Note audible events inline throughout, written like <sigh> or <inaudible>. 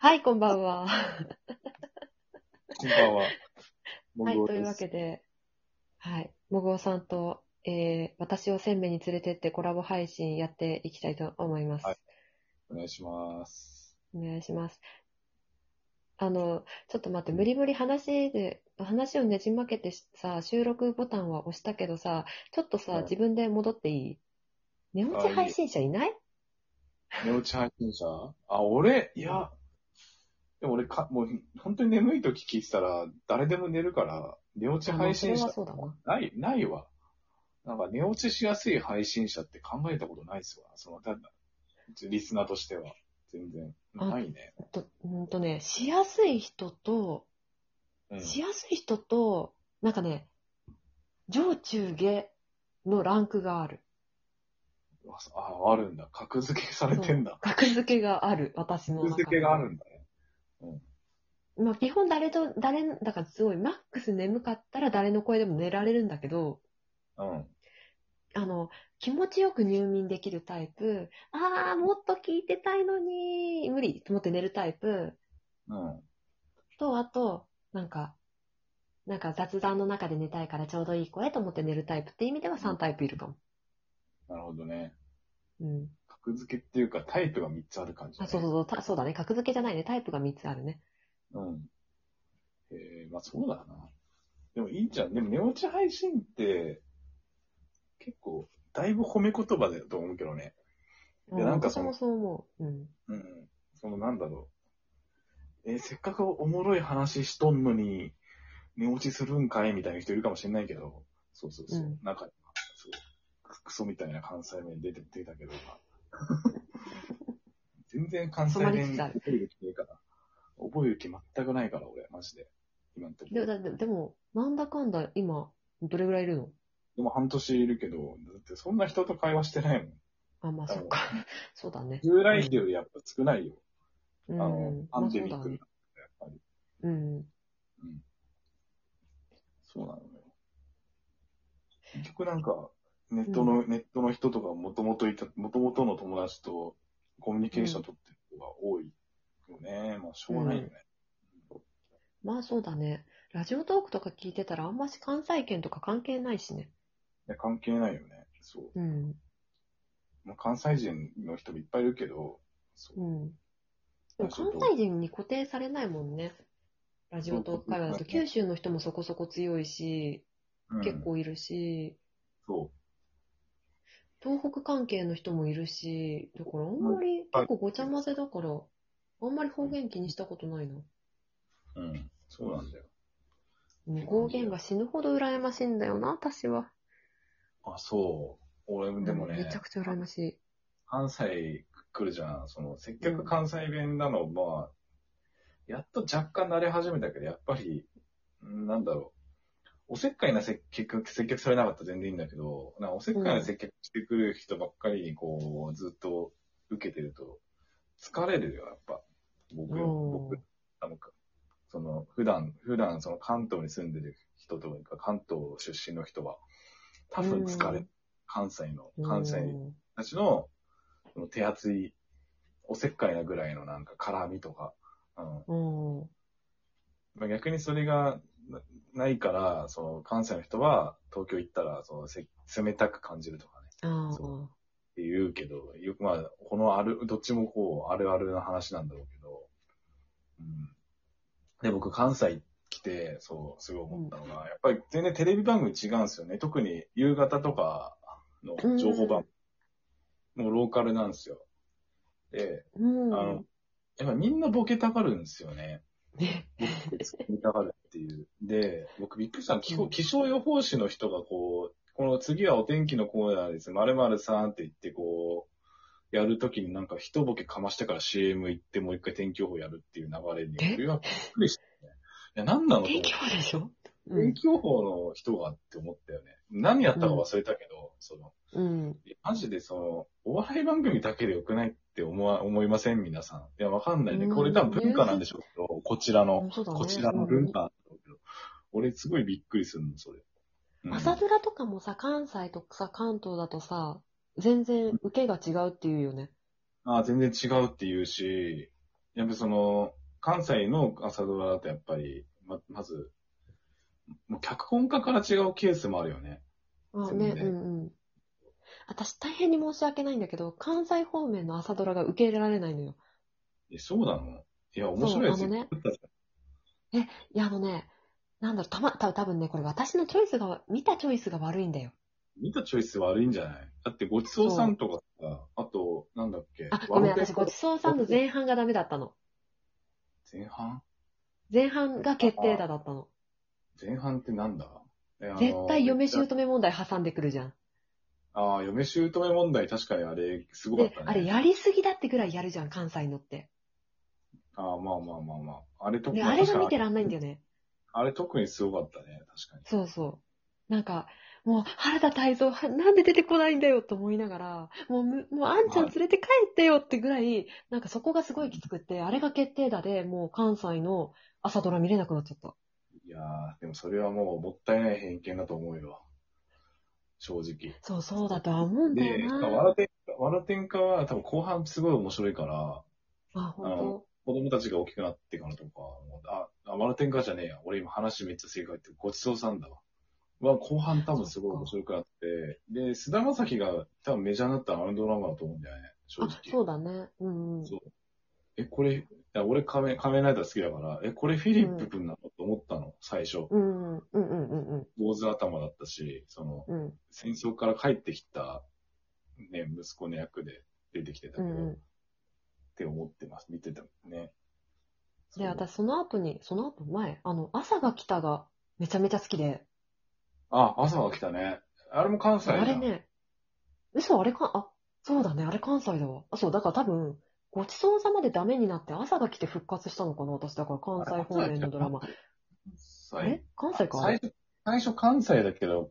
はい、こんばんは。こんば <laughs> んは。はい、モグオというでわすけで、はい、もぐおさんと、えー、私を鮮明に連れてってコラボ配信やっていきたいと思います。はいお願いします。お願いします。あの、ちょっと待って、無理無理話で、話をねじまけてしさ、収録ボタンは押したけどさ、ちょっとさ、はい自分で戻っていい寝落あちいいよ配信者いない寝落ち配信者あ、俺、いや、でも俺か、もう、本当に眠い時聞いてたら、誰でも寝るから、寝落ちあまあ配信それ者は、そうだな。ない、ないわ。なんか、寝落ちしやすい配信者って考えたことないっすわ。その、ただ、リスナーとしては。全然。あないね。とうんとね、しやすい人と、うん。しやすい人と、なんかね、上中下のランクがある。あそうあ、あるんだ。格付けされてんだ。格付けがある、私の格中で付けがあるんだね。まあ、基本誰と、誰の、だからすごい、マックス眠かったら誰の声でも寝られるんだけど、うん。あの、気持ちよく入眠できるタイプ、あー、もっと聞いてたいのに、無理と思って寝るタイプ、うん。と、あと、なんか、なんか雑談の中で寝たいからちょうどいい声と思って寝るタイプって意味では3タイプいるかも。なるほどね。うん。格付けっていうか、タイプが3つある感じ、ね。あ、そうそうそう、たそうだね。格付けじゃないね。タイプが3つあるね。うん。えー、まあそうだな。でもいいじゃん。でも寝落ち配信って、結構、だいぶ褒め言葉だと思うけどね。いやなんかその私もそう思う。うん。うん。そのなんだろう。えーせっかくおもろい話しとんのに、寝落ちするんかいみたいな人いるかもしれないけど、そうそうそう。うんなんか、そうククソみたいな関西弁出て出たけど、 <laughs> 全然関西染まり弁つつある覚える気ねえから。覚える気全くないから、俺、マジで。今んとこ。でも、だででも、なんだかんだ今、どれぐらいいるのでも半年いるけど、だってそんな人と会話してないもん。あ、まあ多分そっか。そうだね。従来費よりやっぱ少ないよ。うあのん、。パまンあそデうミだックねに。なってやっぱり。うん。そうなのよ。結局なんか、ネットの、ネットの人とかもともといた、もともとの友達とコミュニケーション取ってる子が多いよね。まあ、しょうがないよね。まあそうだね。ラジオトークとか聞いてたら、あんまし関西圏とか関係ないしね。いや関係ないよね。そう。うん。まあ、関西人の人もいっぱいいるけど、そうう。ん。でもラジオ関トー西ク人に固定されないもんね。ラジオトーク会話だそと、うそうそ九う州の人もそこそこ強いし、うん結。構いるし、そ東北関係の人もいるし、だからあんまり、はい結構ごちゃ混ぜだから、あんまり方言気にしたことないな。う。うん。そうなんだよ。うん方言が死ぬほど羨ましいんだよな、私は。あ、そう。俺、でもね。うんめちゃくちゃ羨ましい。関西来るじゃん。その、接客関西弁なの、まあ、やっと若干慣れ始めたけど、やっぱり、んなんだろう。おせっかいな接客、接客されなかったら全然いいんだけど、なんかおせっかいな接客してくる人ばっかりに、こう、ずっと受けてると、疲れるよ、やっぱ。う僕、ん僕、なんか、その、普段、普段、その関東に住んでる人とか、関東出身の人は、多分疲れる。関西の、関西うんたちの、その手厚い、おせっかいなぐらいのなんか絡みとか、うん。うん。まあ、逆にそれがなないから、その関西の人は東京行ったら、そのせ冷たく感じるとかね、あそって言うけど、よくまあ、このある、どっちもこう、あるあるな話なんだろうけど、うん。で、僕関西来て、そう、すごい思ったのが、やっぱり全然テレビ番組違うんですよね。特に夕方とかの情報番組、もうローカルなんですよ。で、あ。うん。あ <laughs> の、やっぱみんなボケたがるんですよね。ねボケたがるっていう。で、僕びっくりしたの気候気象予報士の人がこう、この次はお天気のコーナーです。〇〇さんって言ってこう、やるときになんか一ボケかましてから CM 行ってもう一回天気予報やるっていう流れに、え僕はびっくりしたね。いや、なんなのと思天って気予報でしょう天ん。気予報の人がって思ったよね。何やったか忘れたけど、その、うん。マジでその、お笑い番組だけでよくないって思わ、思いません皆さん。いや、わかんないね。うんこれ多分文化なんでしょうけど、こちらの、そうだねこちらうのん文化なんだろうけど。俺すごいびっくりするの、それ。うん朝ドラとかもさ、関西とかさ、関東だとさ、全然受けが違うっていうよね。ああ、全然違うって言うし、やっぱりその、関西の朝ドラだとやっぱり、ま、まず、もう脚本家から違うケースもあるよね。まあそうねね、うんうん。私大変に申し訳ないんだけど、関西方面の朝ドラが受け入れられないのよ。え、そうなのいや、面そう、白いやあつ。のね。え、いやあのね、なんだろう、たま、た多分ね、これ私のチョイスが、見たチョイスが悪いんだよ。見たチョイス悪いんじゃないだってごちそうさんとかさ、あと、なんだっけ。あ、ごめん、ワンペン私ごちそうさんの前半がダメだったの。前半前半が決定打だったの。前半ってなんだえあの絶対嫁姑問題挟んでくるじゃん。ああ、嫁姑問題、確かにあれ、すごかっでた、ね。あれやりすぎだってぐらいやるじゃん、関西のって。ああ、まあまあまあまあ。あれとで、まあれ確がかに見てらんないんだよね。あれ特にすごかったね、確かに。そうそう。なんか、もう原田泰造、はなんで出てこないんだよと思いながら、もうむ、もうあんちゃん連れて帰ってよってぐらい、なんかそこがすごいきつくって、あれが決定打でもう関西の朝ドラ見れなくなっちゃった。いやー、でもそれはもうもったいない偏見だと思うよ。正直。そうそうだとは思うんだで、よまあな。わらてんか、わらてんかは多分後半すごい面白いから、あ、あ本の子供たちが大きくなってからとか、もうあ、あわらてんかじゃねえや。俺今話めっちゃ正解って、ごちそうさんだわ。は後半多分すごい面白くなって、で、菅田将暉が多分メジャーになったあのドラマだと思うんだよね、正当直あ。、そうだね。うんうん。そうえ、これ、いや俺仮面、仮面ライダー好きだから、え、これフィリップ君なのと思ったの、最初。うんうんうんうん坊主頭だったし、その、うんうん。戦争から帰ってきた、ね、息子の役で出てきてたけうど、んうんっ。て思ってます。見てたね。で、そう私、その後に、その後前、あの、朝が来たが、めちゃめちゃ好きで、あ、朝が来たね。あれも関西だあれね、嘘、あれか、あ、そうだね、あれ関西だわ。あ、そう、だから多分、ごちそうさまでダメになって、朝が来て復活したのかな、私、だから関西方面のドラマ。。関西え関西かあ最れ初、最初関西だけど、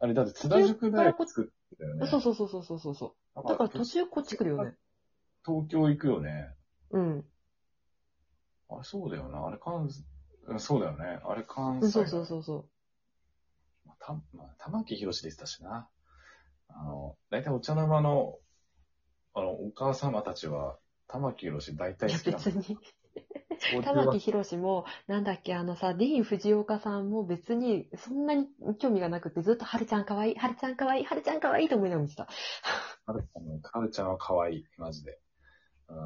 あれだって津田塾大学作ってたよね。そうそうそうそうそうそう。だから途中こっち来るよね。東京行くよね。うん。あれそうだよな。あれ関西、うんそうだよね。あれ関うん西だそね、うそうそうそう。まあた、まあ、玉木宏でしたしな。あの、大体お茶の間の、あの、お母様たちは、玉木宏大体い好や、きだ別もん。に。そういう玉わ木宏も、なんだっけ、あのさ、ディーン・フジオカさんも別に、そんなに興味がなくて、ずっと、はるちゃんかわいい、はるちゃんかわいい、はるちゃんかわいいと思いながら見てた。はるちゃんのはるちゃんは可愛い、マジで。うん。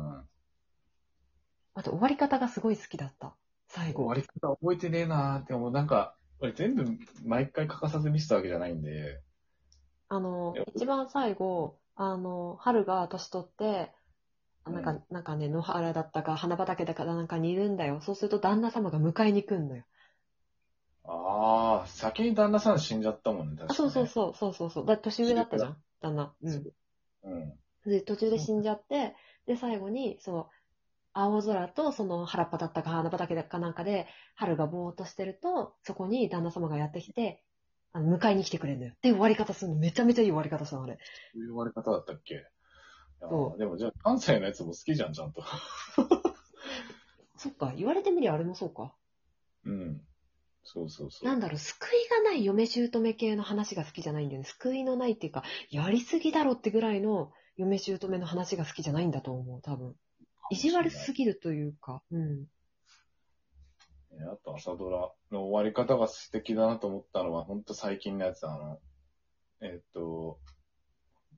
あと、終わり方がすごい好きだった。最後。割り方覚えてねえなーって思う。なんか、俺全部毎回欠かさず見せたわけじゃないんで、あの、一番最後、あの、春が年取って、あなんか、うんなんかね、野原だったか、花畑だかなんかにいるんだよ。そうすると旦那様が迎えに来んのよ。ああ、先に旦那さん死んじゃったもんね、確かあ、そうそうそう、そうそうそう。だ年上だったじゃん、旦那。うそん。う。うん。で、途中で死んじゃって、で、最後に、その、青空と、その、原っぱだったか、花畑だかなんかで、春がぼーっとしてると、そこに旦那様がやってきて、あの、迎えに来てくれるのよ。で、終わり方するの。めちゃめちゃいい終わり方したの、あれ。そういう割り方だったっけあーそうでもじゃあ関西のやつも好きじゃん、ちゃんと。そっか、言われてみりゃあれもそうか。うん。そうそうそう。なんだろう、救いがない嫁姑系の話が好きじゃないんだよね。救いのないっていうか、やりすぎだろってぐらいの嫁姑の話が好きじゃないんだと思う、多分。意地悪すぎるというか、うん。ねあと朝ドラの終わり方が素敵だなと思ったのは、ほんと最近のやつだ、あの、えっと、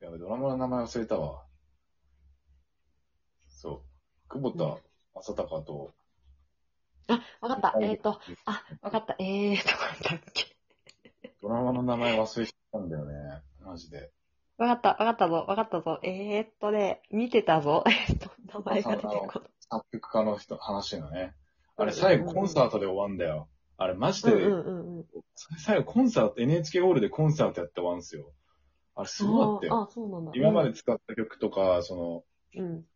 やべ、ドラマの名前忘れたわ。そう。久保うん田正孝と、あ、わかった。えっ、と、あ、わかっった。えーと、なんだっけ。た。ドラマの名前忘れちゃったんだよね。マジで。わかった、わかったぞ、わかったぞ。えーっとね、見てたぞ。 <laughs> えーっと、名前が出てこない。作曲家の人、話のね。あれ、最後コンサートで終わんだよ。あれ、マジうんで、うんうんうん。最後コンサート、NHK ホールでコンサートやって終わんすよ。あれ、すごかったよ。あーあー、そうなんだ。今まで使った曲とか、その、うん。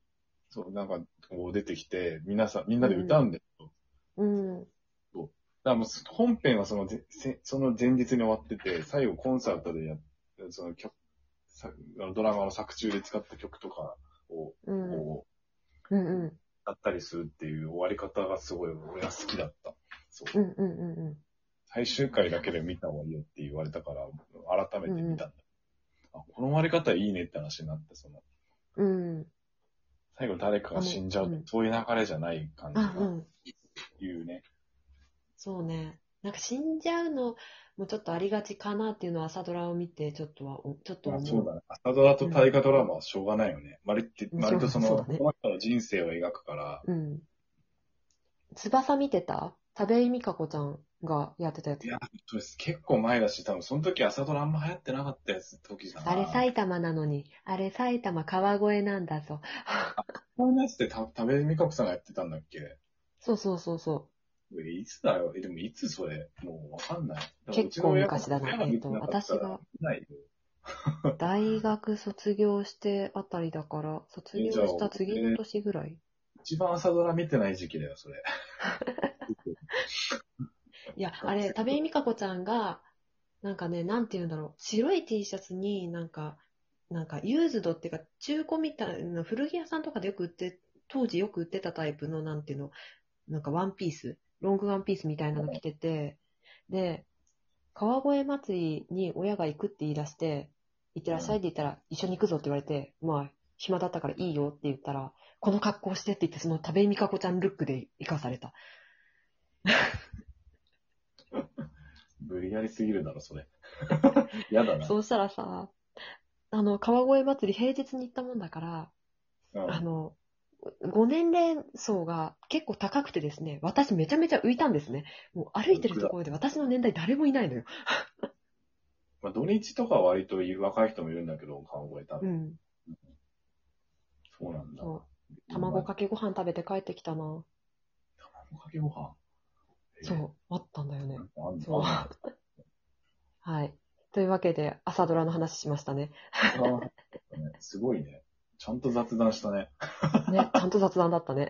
そう、なんか、こう出てきて、皆さん、みんなで歌うんだよ。だかうん。うん。らもう、本編はそのぜ、せその前日に終わってて、最後コンサートでやっ、その曲、さあのドラマの作中で使った曲とかを、うん。こうんうん。う、やったりするっていう終わり方がすごい、俺は好きだった。そう。うんうんうんうん。最終回だけで見た方がいいよって言われたから、改めて見たんだ。あこの終わり方いいねって話になって、その、うん。最後誰かが死んじゃう、うんそういう流れじゃない感じあ、うがん。いうね。そうね。なんか死んじゃうのもちょっとありがちかなっていうのは朝ドラを見てちょっとはお、ちょっとまあ思う。そうだね。朝ドラと大河ドラマはしょうがないよね。割って、うん割とその、そうだこねの人の人生を描くから、うん。翼見てた田部井美香子ちゃんがやってたやつい。や、そうです結構前だし、多分その時朝ドラあんま流行ってなかったやつ、時だな。あれ埼玉なのに、あれ埼玉川越なんだぞ。こんなやつってた食べみかこさんがやってたんだっけそうそうそうそえいつだよえでもいつそれもうわかんない。う。結構昔だな。えっと、私が。ないよ大学卒業してあたりだから、卒業した次の年ぐらい。一番朝ドラ見てない時期だよ、それ。いや、あれ、田部井美香子ちゃんが、なんかね、なんて言うんだろう、白い T シャツになんか、なんかユーズドっていうか、中古みたいな、古着屋さんとかでよく売って、当時よく売ってたタイプの、なんていうの、なんかワンピース、ロングワンピースみたいなの着てて、で、川越祭りに親が行くって言い出して、行ってらっしゃいって言ったら、一緒に行くぞって言われて、まあ、暇だったからいいよって言ったら、この格好してって言って、その田部井美香子ちゃんルックで行かされた。無理やりすぎるだろ、それ。 <laughs> やだな。そうしたらさ、あの、川越祭り平日に行ったもんだから、うんあの、ご年齢層が結構高くてですね、私めちゃめちゃ浮いたんですね。もう歩いてるところで私の年代誰もいないのよ。まあ、土日とかは割と若い人もいるんだけど、顔覚えた、うん。そうなんだ。そう卵かけご飯食べて帰ってきたな。卵かけご飯。えーそう、あったんだよね。あんそうのあんのはい。というわけで、朝ドラの話しました <laughs> ね。あーすごいね。ちゃんと雑談したね。ね、ちゃんと雑談だったね。